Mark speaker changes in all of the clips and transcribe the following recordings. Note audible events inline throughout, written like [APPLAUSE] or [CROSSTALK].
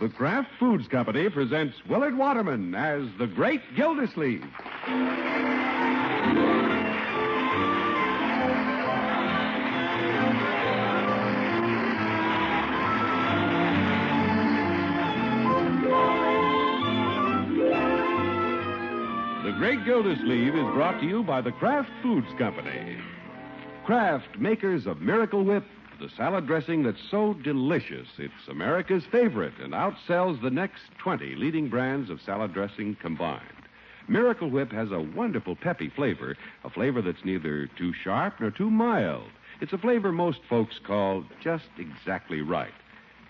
Speaker 1: The Kraft Foods Company presents Willard Waterman as the Great Gildersleeve. The Great Gildersleeve is brought to you by the Kraft Foods Company. Kraft, makers of Miracle Whip, the salad dressing that's so delicious it's America's favorite and outsells the next 20 leading brands of salad dressing combined. Miracle Whip has a wonderful peppy flavor, a flavor that's neither too sharp nor too mild. It's a flavor most folks call just exactly right.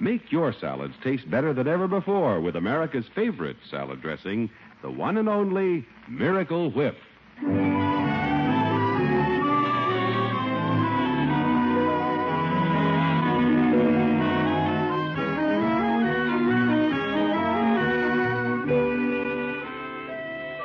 Speaker 1: Make your salads taste better than ever before with America's favorite salad dressing, the one and only Miracle Whip.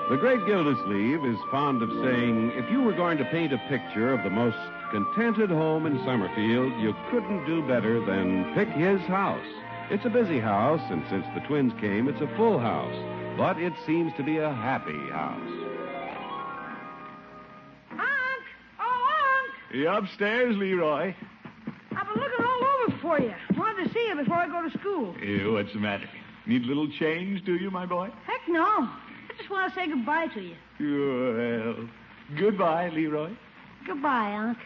Speaker 1: The great Gildersleeve is fond of saying if you were going to paint a picture of the most contented home in Summerfield, you couldn't do better than pick his house. It's a busy house, and since the twins came, it's a full house, but it seems to be a happy house.
Speaker 2: Unc! Oh,
Speaker 1: You upstairs, Leroy?
Speaker 2: Unc! I've been looking all over for you. Wanted to see you before I go to school.
Speaker 3: Ew, Eh, what's the matter? Need a little change, do you, my boy?
Speaker 2: Heck no. I just want to say goodbye to you.
Speaker 3: Well, goodbye, Leroy. [LAUGHS]
Speaker 2: Goodbye, Unc.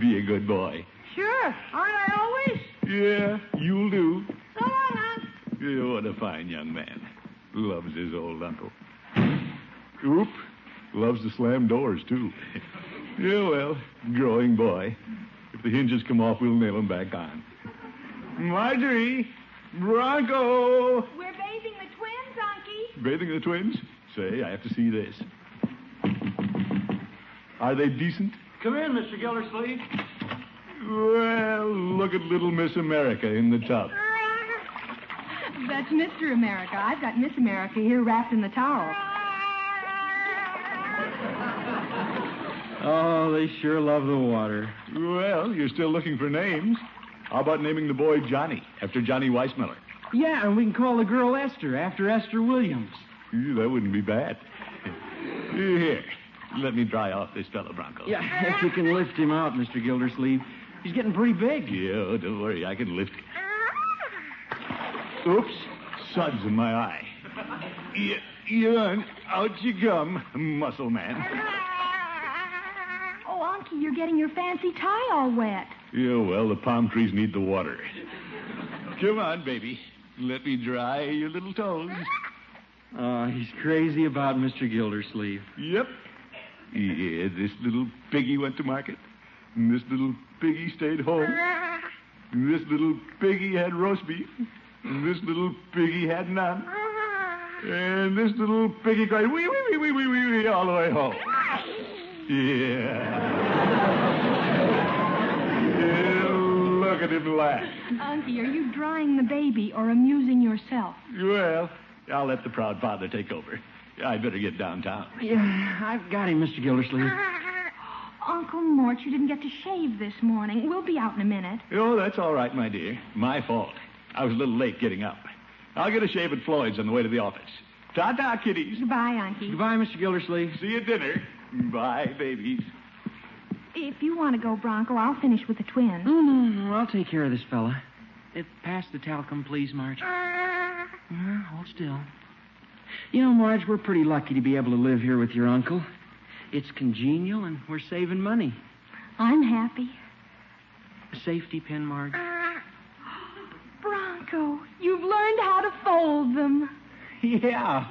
Speaker 3: Be a good boy.
Speaker 2: Sure. Aren't I always?
Speaker 3: Yeah, you'll do.
Speaker 2: So long, Unc.
Speaker 3: Yeah, what a fine young man. Loves his old uncle. Oop. Loves to slam doors, too. [LAUGHS] yeah, well, growing boy. If the hinges come off, we'll nail 'em back on. Marjorie! Bronco!
Speaker 2: We're bathing the twins, Unky.
Speaker 3: Bathing the twins? Say, I have to see this. Are they decent?
Speaker 4: Come in, Mr. Gildersleeve.
Speaker 3: Well, look at little Miss America in the tub.
Speaker 5: That's Mr. America. I've got Miss America here wrapped in the towel.
Speaker 4: Oh, they sure love the water.
Speaker 3: Well, you're still looking for names. How about naming the boy Johnny, after Johnny Weissmiller?
Speaker 4: Yeah, and we can call the girl Esther after Esther Williams.
Speaker 3: Gee, that wouldn't be bad. Here, let me dry off this fellow, Bronco.
Speaker 4: Yeah, if you can lift him out, Mr. Gildersleeve. He's getting pretty big.
Speaker 3: Yeah, don't worry, I can lift it. Oops, suds in my eye. Yeah, yeah, out you come, [LAUGHS] muscle man.
Speaker 5: Oh, Unky, you're getting your fancy tie all wet.
Speaker 3: Yeah, well, the palm trees need the water. Come on, baby. Let me dry your little toes.
Speaker 4: Oh, he's crazy about Mr. Gildersleeve.
Speaker 3: Yep. Yeah, this little piggy went to market. And this little piggy stayed home. And this little piggy had roast beef. And this little piggy had none. And this little piggy cried, wee, wee, wee, wee, wee, wee, wee, all the way home. Yeah. yeah look at him laugh.
Speaker 5: Unky, are you drying the baby or amusing yourself?
Speaker 3: Well, I'll let the proud father take over. I'd better get downtown.
Speaker 4: Yeah, I've got him, Mr. Gildersleeve.
Speaker 5: Uncle Mort, you didn't get to shave this morning. We'll be out in a minute.
Speaker 3: Oh, that's all right, my dear. My fault. I was a little late getting up. I'll get a shave at Floyd's on the way to the office. Ta ta, kiddies.
Speaker 5: Goodbye, Unky.
Speaker 4: Goodbye, Mr. Gildersleeve.
Speaker 3: See you at dinner. Bye, babies.
Speaker 5: If you want to go, Bronco, I'll finish with the twins.
Speaker 4: No, no, no. I'll take care of this fella. It, pass the talcum, please, Marge. Yeah, hold still. You know, Marge, we're pretty lucky to be able to live here with your uncle. It's congenial, and we're saving money.
Speaker 5: I'm happy.
Speaker 4: Safety pin,
Speaker 3: [LAUGHS]
Speaker 4: Marge.
Speaker 5: Bronco, you've learned how to fold them.
Speaker 4: Yeah.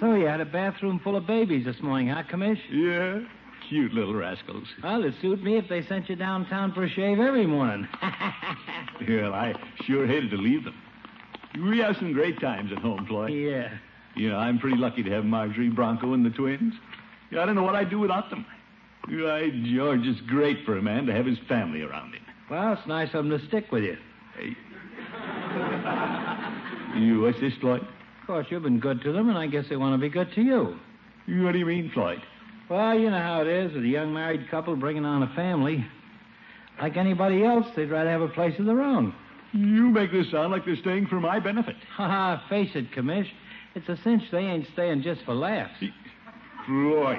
Speaker 6: So you had a bathroom full of babies this morning, huh, Commish?
Speaker 3: Yeah. Cute little rascals.
Speaker 6: Well, it'd suit me if they sent you downtown for a shave every morning. [LAUGHS]
Speaker 3: Well, I sure hated to leave them. We have some great times at home, Floyd.
Speaker 6: yeah.
Speaker 3: You know, I'm pretty lucky to have Marjorie, Bronco, and the twins. I don't know what I'd do without them. Why, George, it's great for a man to have his family around him.
Speaker 6: Well, it's nice of them to stick with you.
Speaker 3: Hey. You, what's this, Floyd?
Speaker 6: Of course, you've been good to them, and I guess they want to be good to you.
Speaker 3: What do you mean, Floyd?
Speaker 6: Well, you know how it is with a young married couple bringing on a family. Like anybody else, they'd rather have a place of their own.
Speaker 3: You make this sound like they're staying for my benefit.
Speaker 6: Ha ha, face it, Commish. It's a cinch they ain't staying just for laughs.
Speaker 3: Floyd,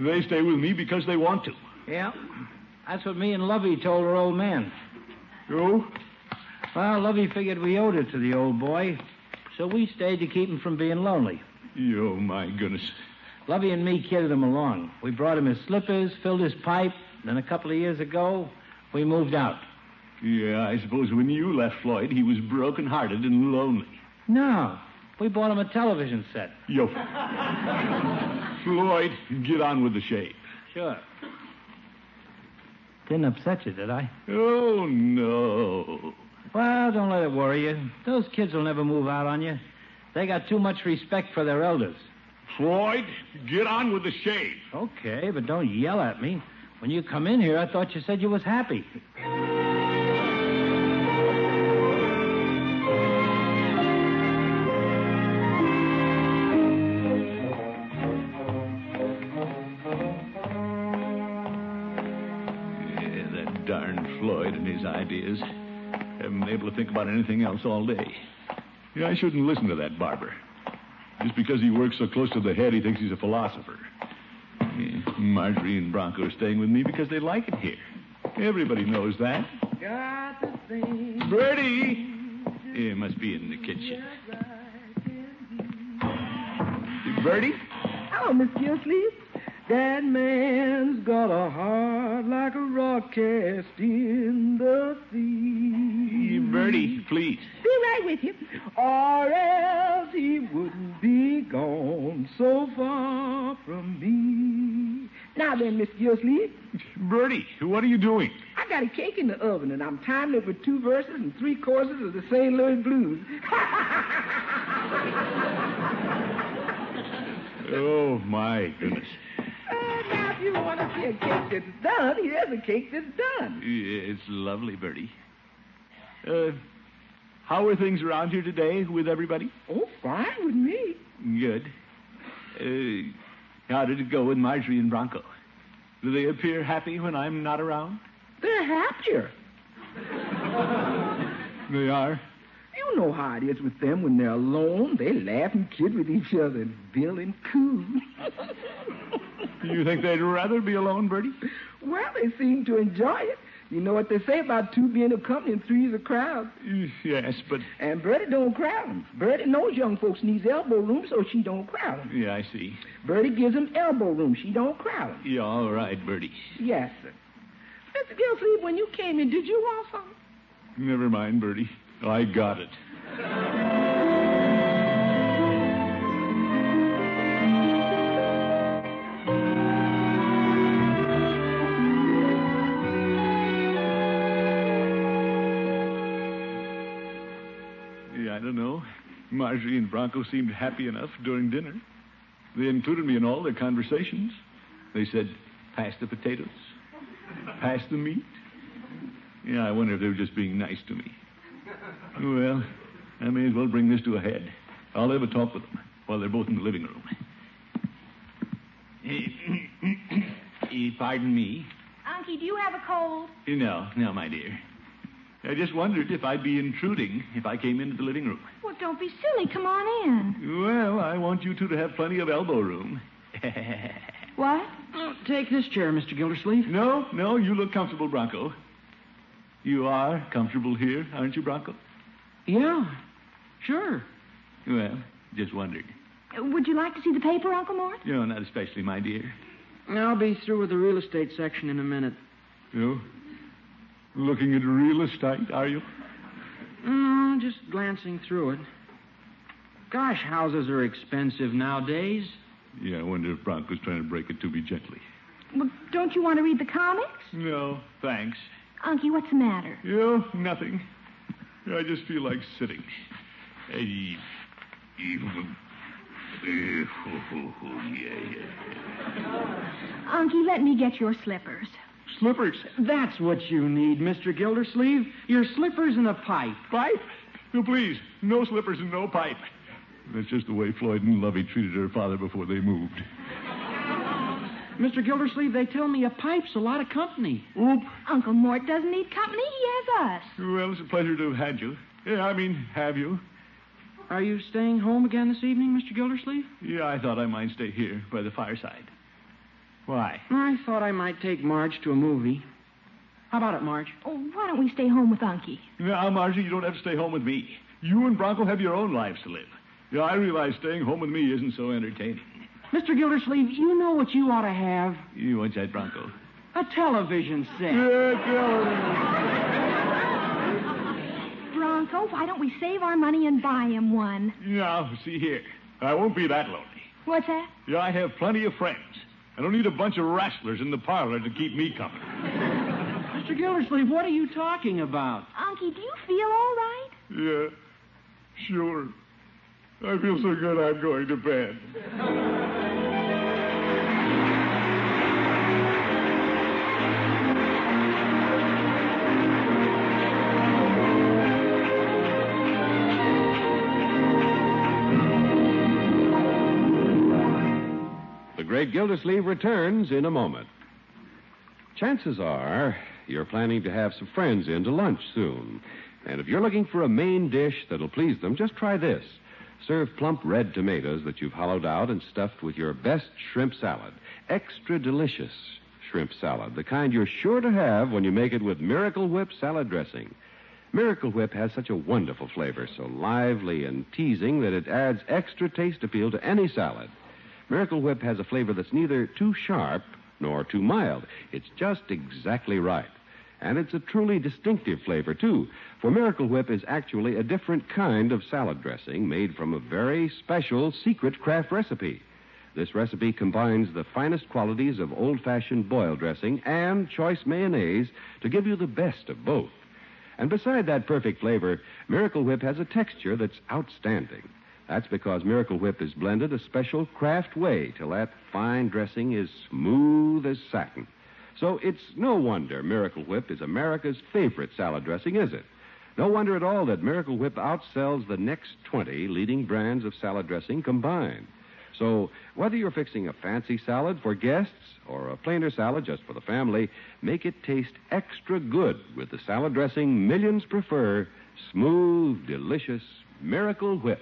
Speaker 3: they stay with me because they want to.
Speaker 6: Yeah. That's what me and Lovey told her old man.
Speaker 3: Oh?
Speaker 6: Well, Lovey figured we owed it to the old boy, so we stayed to keep him from being lonely.
Speaker 3: Oh, my goodness.
Speaker 6: Lovey and me kidded him along. We brought him his slippers, filled his pipe, then a couple of years ago, we moved out.
Speaker 3: Yeah, I suppose when you left Floyd, he was broken-hearted and lonely.
Speaker 6: No, we bought him a television set.
Speaker 3: Yo. Floyd, get on with the shave.
Speaker 6: Sure. Didn't upset you, did I?
Speaker 3: Oh, no.
Speaker 6: Well, don't let it worry you. Those kids will never move out on you. They got too much respect for their elders.
Speaker 3: Floyd, get on with the shave.
Speaker 6: Okay, but don't yell at me. When you come in here, I thought you said you was happy.
Speaker 3: Yeah, Eh, that darn Floyd and his ideas. Haven't been able to think about anything else all day. Yeah, I shouldn't listen to that barber. Just because he works so close to the head, he thinks he's a philosopher. Yeah, Marjorie and Bronco are staying with me because they like it here. Everybody knows that.
Speaker 2: Got the thing [LAUGHS]
Speaker 3: Bertie! Yeah, Eh, must be in the kitchen. Bertie?
Speaker 2: Oh, Miss Gilsleeve. That man's got a heart like a rock cast in the sea.
Speaker 3: Bertie, please.
Speaker 2: Be right with you. Or else he wouldn't be gone so far from me. Now then, Miss Gilsleeve,
Speaker 3: Bertie, what are you doing?
Speaker 2: I got a cake in the oven and I'm timing it with two verses and three courses of the St. Louis Blues. [LAUGHS]
Speaker 3: Oh, my goodness.
Speaker 2: Oh, now if you want to see a cake that's done, here's a cake that's done.
Speaker 3: Yeah, Eh, It's lovely, Bertie. Uh, how are things around here today with everybody?
Speaker 2: Oh, fine with me.
Speaker 3: Good. Uh, how did it go with Marjorie and Bronco? Do they appear happy when I'm not around?
Speaker 2: They're
Speaker 3: Uh-huh.
Speaker 2: happier.
Speaker 3: They are.
Speaker 2: You know how it is with them when they're alone. They laugh and kid with each other and bill and coo.
Speaker 3: You think they'd rather be alone, Bertie?
Speaker 2: well, they seem to enjoy it. You know what they say about two being a company and three's a crowd.
Speaker 3: Yes, but
Speaker 2: And Bertie don't crowd 'em. Bertie knows young folks needs elbow room, so she don't crowd 'em.
Speaker 3: yeah, I see.
Speaker 2: Bertie gives 'em elbow room. She don't crowd 'em.
Speaker 3: Yeah, all right, Bertie.
Speaker 2: Yes, sir. Mr. Gilsleeve, when you came in, did you want something?
Speaker 3: Never mind, Bertie. I got it. Yeah, I don't know. Marjorie and Bronco seemed happy enough during dinner. They included me in all their conversations. They said, pass the potatoes, pass the meat. Yeah, I wonder if they were just being nice to me. Well, I may as well bring this to a head. I'll have a talk with them while they're both in the living room. Eh, [CLEARS THROAT] eh, Pardon me.
Speaker 5: Unky, do you have a cold?
Speaker 3: Eh, No, no, my dear. I just wondered if I'd be intruding if I came into the living room.
Speaker 5: Well, don't be silly. Come on in.
Speaker 3: Well, I want you two to have plenty of elbow [LAUGHS] room.
Speaker 5: What?
Speaker 4: Oh, take this chair, Mr. Gildersleeve.
Speaker 3: no, no, you look comfortable, Bronco. You are comfortable here, aren't you, Bronco?
Speaker 4: Yeah, sure.
Speaker 3: Well, just wondered.
Speaker 5: Uh, Would you like to see the paper, Uncle Mort?
Speaker 3: No, not especially, my dear.
Speaker 4: I'll be through with the real estate section in a minute.
Speaker 3: You? Looking at real estate, are you?
Speaker 4: Mm, just glancing through it. Gosh, houses are expensive nowadays.
Speaker 3: Yeah, I wonder if Bronco's trying to break it to me gently.
Speaker 5: Well, don't you want to read the comics?
Speaker 3: No, thanks.
Speaker 5: Unky, what's the matter?
Speaker 3: You? Nothing. I just feel like sitting. Eh, eh, eh, oh, oh, oh, yeah, yeah.
Speaker 5: Unky, let me get your slippers.
Speaker 3: Slippers.
Speaker 4: That's what you need, Mr. Gildersleeve. Your slippers and a pipe.
Speaker 3: Pipe? So please, no slippers and no pipe. That's just the way Floyd and Lovey treated her father before they moved.
Speaker 4: Mr. Gildersleeve, they tell me a pipe's a lot of company.
Speaker 3: Oop.
Speaker 5: Uncle Mort doesn't need company. He has us.
Speaker 3: Well, it's a pleasure to have had you. Yeah, I mean, have you?
Speaker 4: Are you staying home again this evening, Mr. Gildersleeve?
Speaker 3: Yeah, I thought I might stay here by the fireside. Why?
Speaker 4: I thought I might take Marge to a movie. How about it, Marge?
Speaker 5: Oh, why don't we stay home with Unky?
Speaker 3: Now, Margie, you don't have to stay home with me. You and Bronco have your own lives to live. Yeah, I realize staying home with me isn't so entertaining.
Speaker 4: Mr. Gildersleeve, you know what you ought to have?
Speaker 3: You want that, Bronco?
Speaker 4: A television set.
Speaker 5: Bronco, why don't we save our money and buy him one?
Speaker 3: Now, see here. I won't be that lonely.
Speaker 5: What's that?
Speaker 3: Yeah, I have plenty of friends. I don't need a bunch of wrestlers in the parlor to keep me [LAUGHS] company.
Speaker 4: Mr. Gildersleeve, what are you talking about?
Speaker 5: Unky, do you feel all right?
Speaker 3: Yeah, sure. I feel so good I'm going to bed.
Speaker 1: The Great Gildersleeve returns in a moment. Chances are you're planning to have some friends in to lunch soon. And if you're looking for a main dish that'll please them, just try this. Serve plump red tomatoes that you've hollowed out and stuffed with your best shrimp salad. Extra delicious shrimp salad, the kind you're sure to have when you make it with Miracle Whip salad dressing. Miracle Whip has such a wonderful flavor, so lively and teasing that it adds extra taste appeal to any salad. Miracle Whip has a flavor that's neither too sharp nor too mild. It's just exactly right. And it's a truly distinctive flavor, too, for Miracle Whip is actually a different kind of salad dressing made from a very special secret craft recipe. This recipe combines the finest qualities of old fashioned boil dressing and choice mayonnaise to give you the best of both. And beside that perfect flavor, Miracle Whip has a texture that's outstanding. That's because Miracle Whip is blended a special craft way till that fine dressing is smooth as satin. So it's no wonder Miracle Whip is America's favorite salad dressing, is it? No wonder at all that Miracle Whip outsells the next 20 leading brands of salad dressing combined. So, whether you're fixing a fancy salad for guests or a plainer salad just for the family, make it taste extra good with the salad dressing millions prefer smooth, delicious Miracle Whip.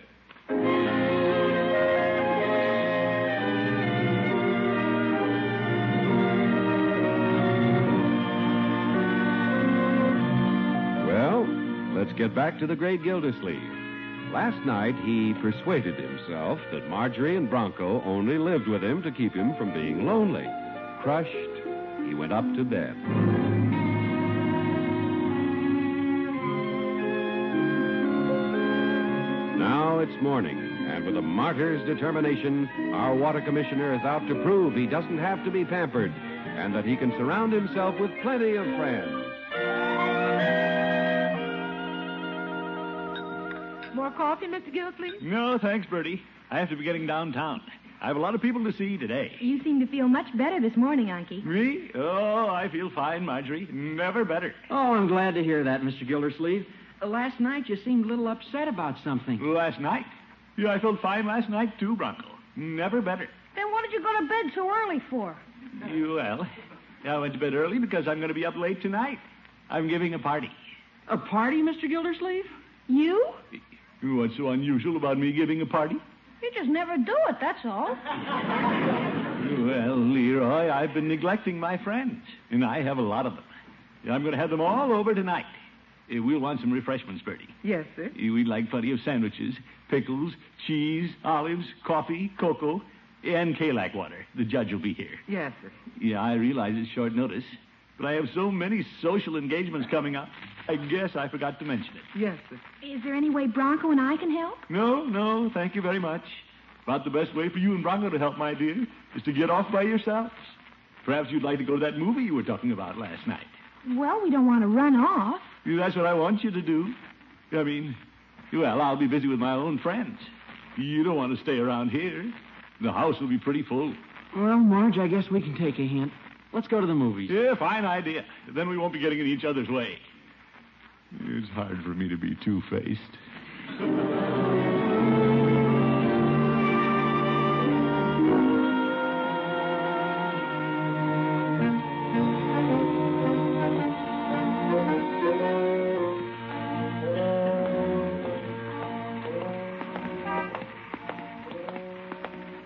Speaker 1: Well, let's get back to the great Gildersleeve. Last night, he persuaded himself that Marjorie and Bronco only lived with him to keep him from being lonely. Crushed, he went up to bed. Now it's morning, and with a martyr's determination, our water commissioner is out to prove he doesn't have to be pampered and that he can surround himself with plenty of friends.
Speaker 5: More coffee, Mr. Gildersleeve?
Speaker 3: No, thanks, Bertie. I have to be getting downtown. I have a lot of people to see today.
Speaker 5: You seem to feel much better this morning, Unky.
Speaker 3: Me? Oh, I feel fine, Marjorie. Never better.
Speaker 4: Oh, I'm glad to hear that, Mr. Gildersleeve. Uh, Last night you seemed a little upset about something.
Speaker 3: Last night? Yeah, I felt fine last night, too, Bronco. Never better.
Speaker 5: Then what did you go to bed so early for?
Speaker 3: Well, I went to bed early because I'm going to be up late tonight. I'm giving a party.
Speaker 4: A party, Mr. Gildersleeve?
Speaker 5: You?
Speaker 3: What's so unusual about me giving a party?
Speaker 5: You just never do it, that's all.
Speaker 3: Well, Leroy, I've been neglecting my friends, and I have a lot of them. I'm going to have them all over tonight. Eh, We'll want some refreshments, Bertie.
Speaker 2: Yes, sir.
Speaker 3: Eh, We'd like plenty of sandwiches, pickles, cheese, olives, coffee, cocoa, and Kalak water. The judge will be here.
Speaker 2: Yes, sir.
Speaker 3: Yeah, I realize it's short notice, but I have so many social engagements coming up. I guess I forgot to mention it.
Speaker 2: Yes, sir.
Speaker 5: Is there any way Bronco and I can help?
Speaker 3: No, no, thank you very much. About the best way for you and Bronco to help, my dear, is to get off by yourselves. Perhaps you'd like to go to that movie you were talking about last night.
Speaker 5: Well, we don't want to run off.
Speaker 3: See, That's what I want you to do. I mean, well, I'll be busy with my own friends. You don't want to stay around here. The house will be pretty full.
Speaker 4: Well, Marge, I guess we can take a hint. Let's go to the movies.
Speaker 3: Yeah, fine idea. Then we won't be getting in each other's way. It's hard for me to be two faced.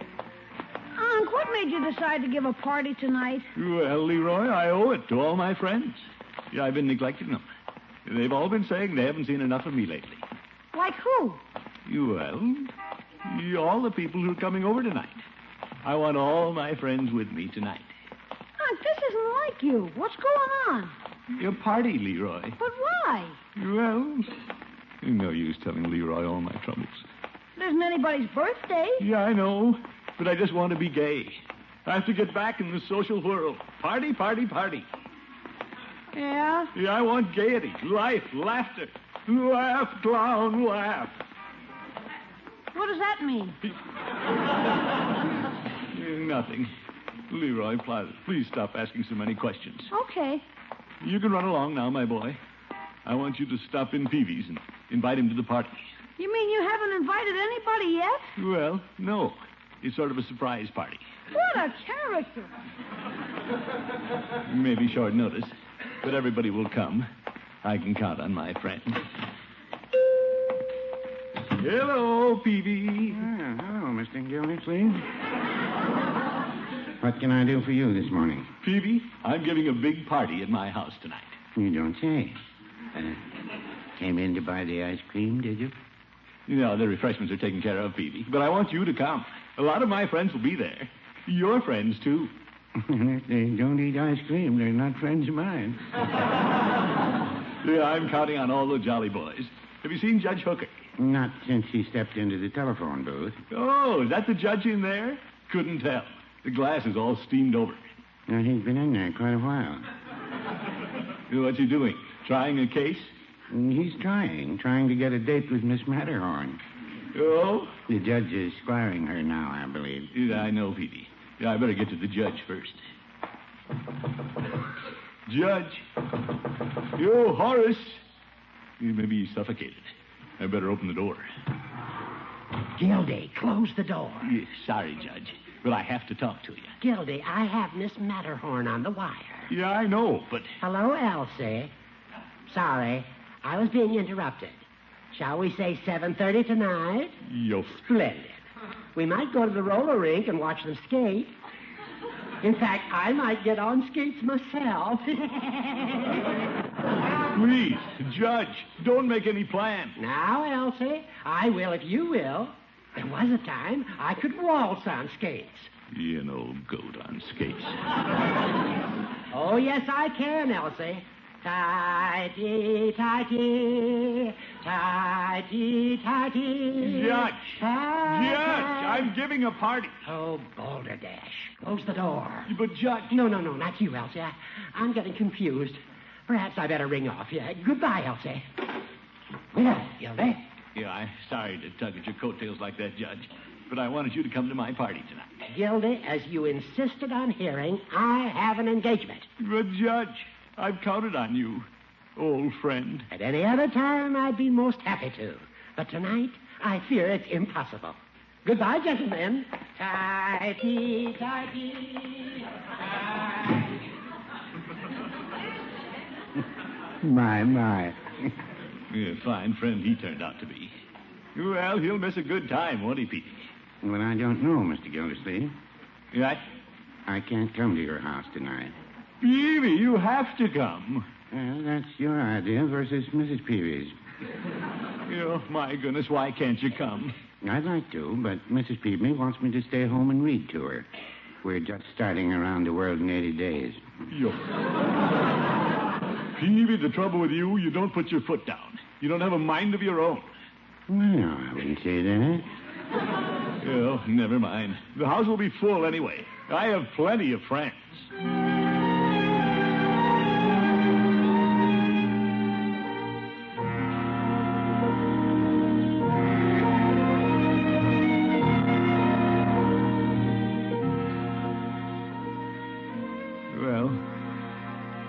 Speaker 7: Unc, what made you decide to give a party tonight?
Speaker 3: Well, uh, Leroy, I owe it to all my friends. Yeah, I've been neglecting them. They've all been saying they haven't seen enough of me lately.
Speaker 7: Like who?
Speaker 3: Well, y- all the people who are coming over tonight. I want all my friends with me tonight.
Speaker 7: Unc, this isn't like you. What's going on?
Speaker 3: Your party, Leroy.
Speaker 7: But why?
Speaker 3: Well, no use telling Leroy all my troubles.
Speaker 7: It isn't anybody's birthday.
Speaker 3: Yeah, I know, but I just want to be gay. I have to get back in the social whirl. Party, party, party.
Speaker 7: Yeah?
Speaker 3: Yeah, I want gaiety, life, laughter. Laugh, clown, laugh.
Speaker 7: What does that mean?
Speaker 3: Nothing. Leroy Plaza, please stop asking so many questions.
Speaker 7: Okay.
Speaker 3: You can run along now, my boy. I want you to stop in Peavy's and invite him to the party.
Speaker 7: You mean you haven't invited anybody yet?
Speaker 3: Well, no. It's sort of a surprise party.
Speaker 7: What a character.
Speaker 3: Maybe short notice, but everybody will come. I can count on my friend. Hello, Peavy.
Speaker 4: hello, Mr. Gildersleeve. please.
Speaker 8: What can I do for you this morning?
Speaker 3: Peavy, I'm giving a big party at my house tonight.
Speaker 8: You don't say. Uh, came in to buy the ice cream, did you?
Speaker 3: You know, the refreshments are taken care of, Peavy, but I want you to come. A lot of my friends will
Speaker 8: [LAUGHS]
Speaker 3: be there. Your friends, too.
Speaker 8: if they don't eat ice cream, they're not friends of mine.
Speaker 3: Yeah, I'm counting on all the jolly boys. Have you seen Judge Hooker?
Speaker 8: Not since he stepped into the telephone booth.
Speaker 3: Oh, is that the judge in there? Couldn't tell. The glass is all steamed over.
Speaker 8: Now, uh, he's been in there quite a while.
Speaker 3: What's he doing? Trying a case?
Speaker 8: And Mm, he's trying, trying to get a date with Miss Matterhorn.
Speaker 3: Oh,
Speaker 8: The judge is squiring her now, I believe.
Speaker 3: Yeah, I know, Peavy. Yeah, I better get to the judge first. Judge. You, Horace. Yeah, Maybe he's suffocated. I better open the door.
Speaker 9: Gildy, close the door.
Speaker 3: Yeah, sorry, Judge, but I have to talk to you.
Speaker 9: Gildy, I have Miss Matterhorn on the wire.
Speaker 3: Yeah, I know, but
Speaker 9: Hello, Elsie. Sorry, I was being interrupted. Shall we say 7.30 tonight?
Speaker 3: yo,
Speaker 9: Splendid. We might go to the roller rink and watch them skate. In fact, I might get on skates myself. [LAUGHS]
Speaker 3: please, Judge, don't make any plans.
Speaker 9: now, Elsie, I will if you will. There was a time I could waltz on skates.
Speaker 3: You know, goat on skates.
Speaker 9: Oh, yes, I can, Elsie. Tighty, tighty, tighty, tighty.
Speaker 3: Judge!
Speaker 9: Judge,
Speaker 3: Judge, I'm giving a party.
Speaker 9: Oh, balderdash. Close the door.
Speaker 3: But, Judge,
Speaker 9: No, no, no, not you, Elsie. I- I'm getting confused. Perhaps I better ring off. Yeah, goodbye, Elsie. Well, Gildy.
Speaker 3: Yeah, I'm sorry to tug at your coattails like that, Judge, but I wanted you to come to my party tonight.
Speaker 9: Gildy, as you insisted on hearing, I have an engagement.
Speaker 3: But, Judge, I've counted on you, old friend.
Speaker 9: At any other time, I'd be most happy to. But tonight, I fear it's impossible. Goodbye, gentlemen. Tighty, tighty.
Speaker 8: My, my.
Speaker 3: Yeah, fine friend he turned out to be. Well, he'll miss a good time, won't he, Pete?
Speaker 8: Well, I don't know, Mr. Gildersleeve.
Speaker 3: Right?
Speaker 8: I can't come to your house tonight.
Speaker 3: Peavy, you have to come.
Speaker 8: Well, that's your idea versus Mrs. Peavy's.
Speaker 3: Oh, my goodness, why can't you come?
Speaker 8: I'd like to, but Mrs. Peavy wants me to stay home and read to her. We're just starting around the world in 80 days.
Speaker 3: Yo. Peavy, the trouble with you, you don't put your foot down. You don't have a mind of your own.
Speaker 8: No, I wouldn't say that.
Speaker 3: Oh, never mind. The house will be full anyway. I have plenty of friends. Well,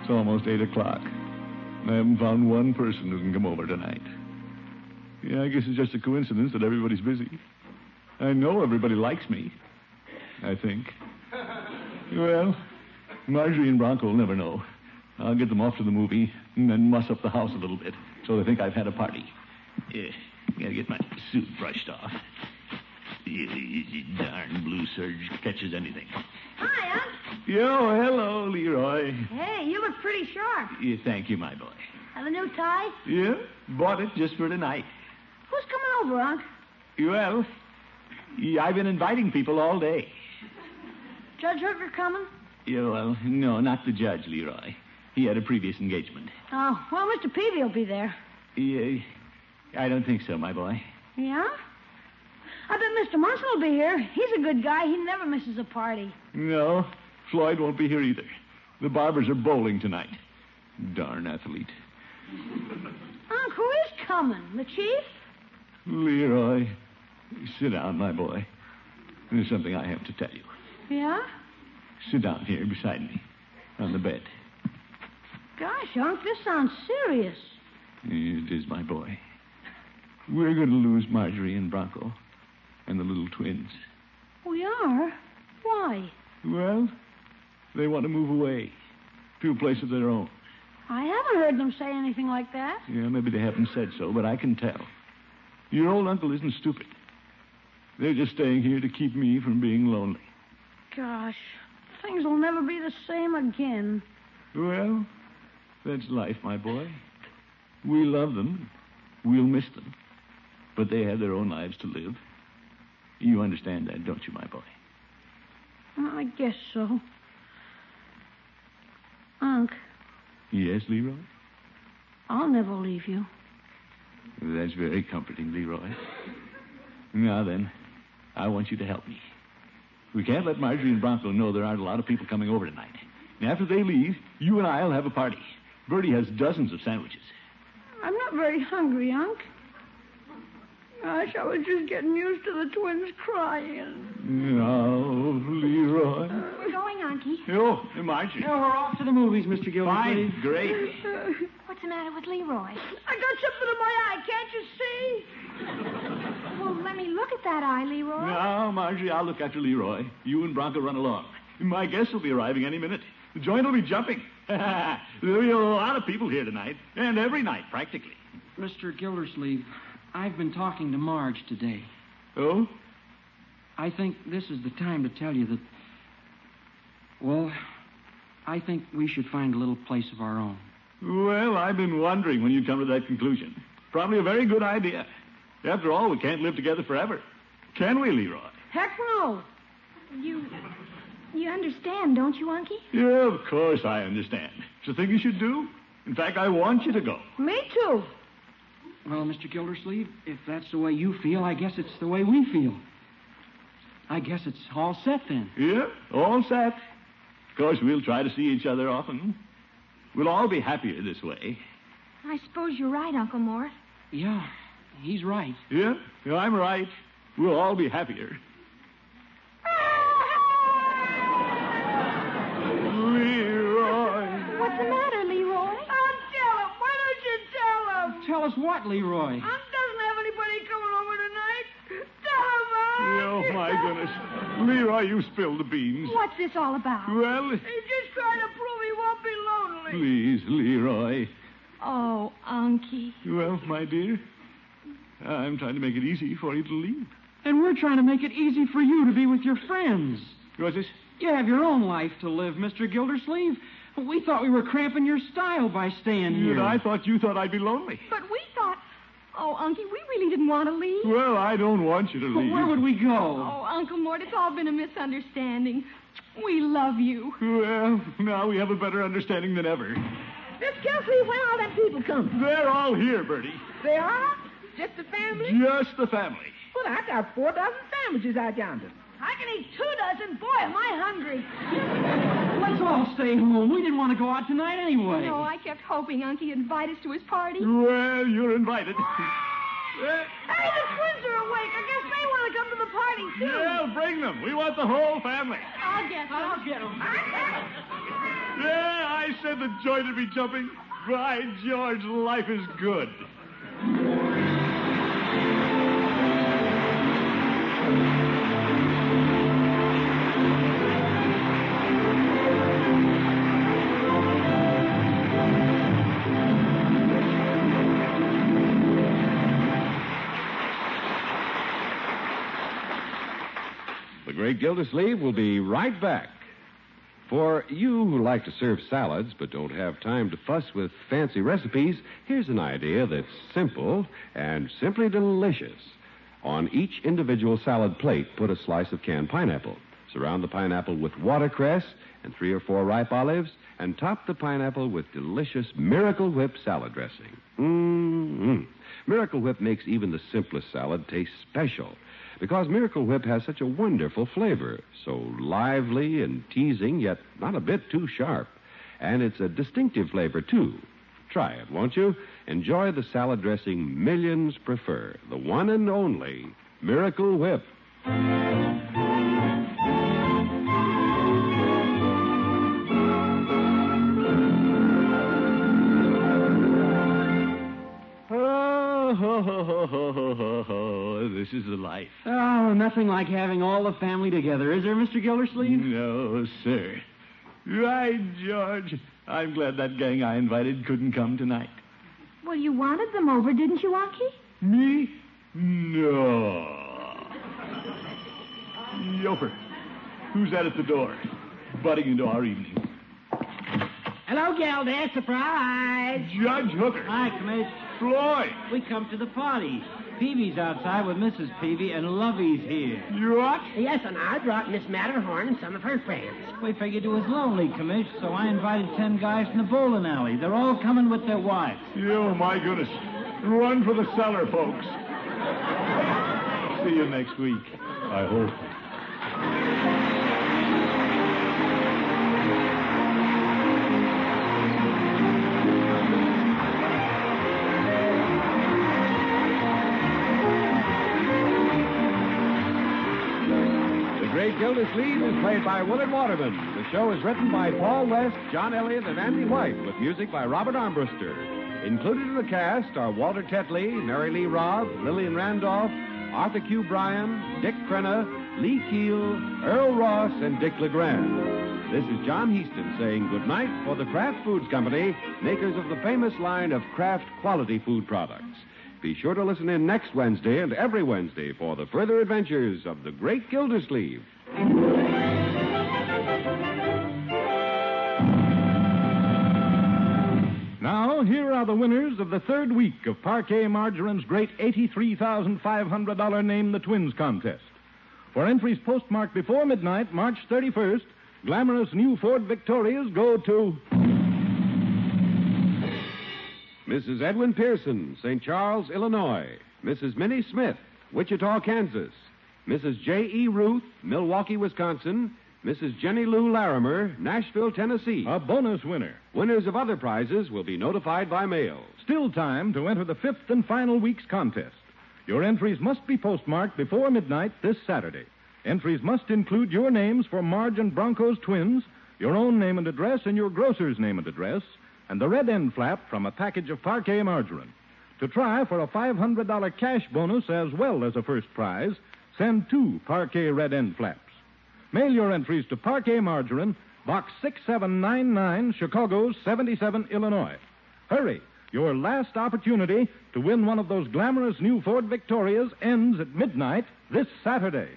Speaker 3: it's almost eight o'clock. I haven't found one person who can come over tonight. Yeah, I guess it's just a coincidence that everybody's busy. I know everybody likes me. I [LAUGHS] think. Well, Marjorie and Bronco will never know. I'll get them off to the movie and then muss up the house a little bit so they think I've had a party. Yeah, gotta get my suit brushed off. Darn blue serge catches anything.
Speaker 7: Hi, Unc.
Speaker 3: Yo, hello, Leroy.
Speaker 7: Hey, you look pretty sharp.
Speaker 3: Yeah, thank you, my boy.
Speaker 7: Have a new tie?
Speaker 3: Yeah, bought it just for tonight.
Speaker 7: Who's coming over, Unc?
Speaker 3: Well, I've been inviting people all day.
Speaker 7: Judge Hooker coming?
Speaker 3: Yeah, well, no, not the judge, Leroy. He had a previous engagement.
Speaker 7: Oh, well, Mr. Peavy will be there.
Speaker 3: Yeah, I don't think so, my boy.
Speaker 7: Yeah? I bet Mr. Munson will be here. He's a good guy. He never misses a party.
Speaker 3: No, Floyd won't be here either. The Barbers are bowling tonight. Darn athlete.
Speaker 7: Unc, who is coming? The chief?
Speaker 3: Leroy, sit down, my boy. There's something I have to tell you.
Speaker 7: Yeah?
Speaker 3: Sit down here beside me on the bed.
Speaker 7: Gosh, Unc, this sounds serious.
Speaker 3: It is, my boy. We're going to lose Marjorie and Bronco and the little twins.
Speaker 7: We are? Why?
Speaker 3: Well, they want to move away to a place of their own.
Speaker 7: I haven't heard them say anything like that.
Speaker 3: Yeah, maybe they haven't said so, but I can tell. Your old uncle isn't stupid. They're just staying here to keep me from being lonely.
Speaker 7: Gosh, things will never be the same again.
Speaker 3: Well, that's life, my boy. We love them. We'll miss them. But they have their own lives to live. You understand that, don't you, my boy?
Speaker 7: I guess so. Unc,
Speaker 3: Yes, Leroy?
Speaker 7: I'll never leave you.
Speaker 3: That's very comforting, Leroy. Now then, I want you to help me. We can't let Marjorie and Bronco know there aren't a lot of people coming over tonight. And after they leave, you and I'll have a party. Bertie has dozens of sandwiches.
Speaker 7: I'm not very hungry, Unc. Gosh, I was just getting used to the twins crying.
Speaker 3: No, Leroy.
Speaker 5: We're going, Unky.
Speaker 3: Oh, Marjorie.
Speaker 4: Now we're off to the movies, Mr. Gildersleeve.
Speaker 3: Fine, great.
Speaker 5: What's the matter with Leroy?
Speaker 7: I got something in my eye, can't you see?
Speaker 5: Well, let me look at that eye, Leroy.
Speaker 3: Now, Marjorie, I'll look after Leroy. You and Bronco run along. My guests will be arriving any minute. The joint will be jumping. [LAUGHS] There'll be a lot of people here tonight, and every night, practically.
Speaker 4: Mr. Gildersleeve, I've been talking to Marge today.
Speaker 3: Oh?
Speaker 4: I think this is the time to tell you that. Well, I think we should find a little place of our own.
Speaker 3: Well, I've been wondering when you come to that conclusion. Probably a very good idea. After all, we can't live together forever. Can we, Leroy?
Speaker 7: Heck no.
Speaker 5: You. You understand, don't you, Unky?
Speaker 3: Yeah, of course I understand. It's a thing you should do. In fact, I want you to go.
Speaker 7: Me too.
Speaker 4: Well, Mr. Gildersleeve, if that's the way you feel, I guess it's the way we feel. I guess it's all set then.
Speaker 3: Yeah, all set. Of course, we'll try to see each other often. We'll all be happier this way.
Speaker 5: I suppose you're right, Uncle Morris.
Speaker 4: Yeah, he's right.
Speaker 3: Yeah, yeah, I'm right. We'll all be happier. Leroy.
Speaker 5: What's the matter, Leroy?
Speaker 7: tell him. Why don't you tell him?
Speaker 4: Tell us what, Leroy?
Speaker 7: Unc doesn't have anybody coming over tonight. Tell him,
Speaker 3: Oh, my goodness. Leroy, you spilled the beans.
Speaker 5: [LAUGHS] What's this all about?
Speaker 3: Well,
Speaker 7: He's just trying to prove he won't be lonely.
Speaker 3: please, Leroy.
Speaker 5: Oh, Unky.
Speaker 3: Well, my dear, I'm trying to make it easy for you to leave.
Speaker 4: And we're trying to make it easy for you to be with your friends.
Speaker 3: What's this?
Speaker 4: You have your own life to live, Mr. Gildersleeve. We thought we were cramping your style by staying here.
Speaker 3: And I thought you thought I'd be lonely.
Speaker 5: But we thought. Oh, Unky, we really didn't want to leave.
Speaker 3: Well, I don't want you to
Speaker 4: But
Speaker 3: leave.
Speaker 4: where would we go?
Speaker 5: Oh, Uncle Mort, it's all been a misunderstanding. We love you.
Speaker 3: Well, now we have a better understanding than ever.
Speaker 2: Miss Kelsey, when all them people come?
Speaker 3: They're all here, Bertie.
Speaker 2: They are? Just the family?
Speaker 3: Just the family.
Speaker 2: Well, I got four dozen sandwiches out yonder.
Speaker 7: I can eat two dozen. Boy, am I hungry.
Speaker 4: Let's all stay home. We didn't want to go out tonight anyway.
Speaker 5: No, I kept hoping Unky would invite us to his party.
Speaker 3: Well, you're invited.
Speaker 5: Uh,
Speaker 3: Eh,
Speaker 7: Hey, the twins are awake. I guess they want to come to the party, too.
Speaker 3: yeah, bring them. We want the whole family.
Speaker 5: I'll get them. I'll get them.
Speaker 3: Yeah, I said the joint would be jumping. By George, life is good.
Speaker 1: Great Gildersleeve will be right back. For you who like to serve salads but don't have time to fuss with fancy recipes, here's an idea that's simple and simply delicious. On each individual salad plate, put a slice of canned pineapple. Surround the pineapple with watercress and three or four ripe olives, and top the pineapple with delicious Miracle Whip salad dressing. Mmm. Miracle Whip makes even the simplest salad taste special because Miracle Whip has such a wonderful flavor, so lively and teasing, yet not a bit too sharp. And it's a distinctive flavor, too. Try it, won't you? Enjoy the salad dressing millions prefer. The one and only Miracle Whip.
Speaker 3: Oh,
Speaker 10: Ho, ho, ho, ho, ho, ho, ho, ho. This is the life.
Speaker 4: Oh, nothing like having all the family together, is there, Mr. Gildersleeve?
Speaker 10: No, sir. Right, George. I'm glad that gang I invited couldn't come tonight.
Speaker 5: Well, you wanted them over, didn't you, Unky?
Speaker 10: Me? No. Yoper, who's that at the door? Butting into our evening.
Speaker 9: Hello, Gilda. Surprise.
Speaker 10: Judge Hooker.
Speaker 6: Hi, Commissioner.
Speaker 10: Floyd.
Speaker 6: We come to the party. Peavy's outside with Mrs. Peavy, and Lovey's here.
Speaker 10: You what?
Speaker 9: Yes, and I brought Miss Matterhorn some of her friends.
Speaker 6: We figured you was lonely, Commish, so I invited ten guys from the bowling alley. They're all coming with their wives.
Speaker 10: You, my goodness. Run for the cellar, folks. See you next week. I hope.
Speaker 1: The Great Gildersleeve is played by Willard Waterman. The show is written by Paul West, John Elliott, and Andy White, with music by Robert Armbruster. Included in the cast are Walter Tetley, Mary Lee Robb, Lillian Randolph, Arthur Q. Bryan, Dick Crenna, Lee Keel, Earl Ross, and Dick LeGrand. This is John Heaston saying goodnight for the Kraft Foods Company, makers of the famous line of Kraft quality food products. Be sure to listen in next Wednesday and every Wednesday for the further adventures of the Great Gildersleeve.
Speaker 10: Now, here are the winners of the third week of Parquet Margarine's great $83,500 Name the Twins contest. For entries postmarked before midnight, March 31st, glamorous new Ford Victorias go to.
Speaker 1: Mrs. Edwin Pearson, St. Charles, Illinois. Mrs. Minnie Smith, Wichita, Kansas. Mrs. J.E. Ruth, Milwaukee, Wisconsin. Mrs. Jenny Lou Larimer, Nashville, Tennessee.
Speaker 10: A bonus winner.
Speaker 1: Winners of other prizes will be notified by mail.
Speaker 10: Still time to enter the fifth and final week's contest. Your entries must be postmarked before midnight this Saturday. Entries must include your names for Marge and Bronco's twins, your own name and address, and your grocer's name and address, and the red end flap from a package of parquet margarine. To try for a $500 cash bonus as well as a first prize, send two parquet red end flaps. Mail your entries to Parquet Margarine, Box 6799, Chicago 77, Illinois. Hurry! Your last opportunity to win one of those glamorous new Ford Victorias ends at midnight this Saturday.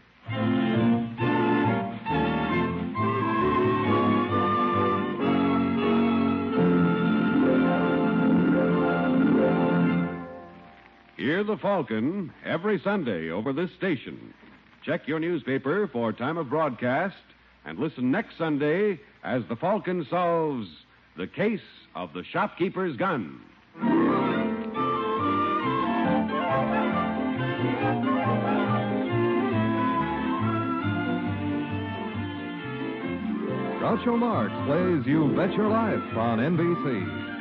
Speaker 1: Hear the Falcon every Sunday over this station. Check your newspaper for time of broadcast and listen next Sunday as the Falcon solves the case of the shopkeeper's gun.
Speaker 7: Groucho Marx plays You Bet Your Life on NBC.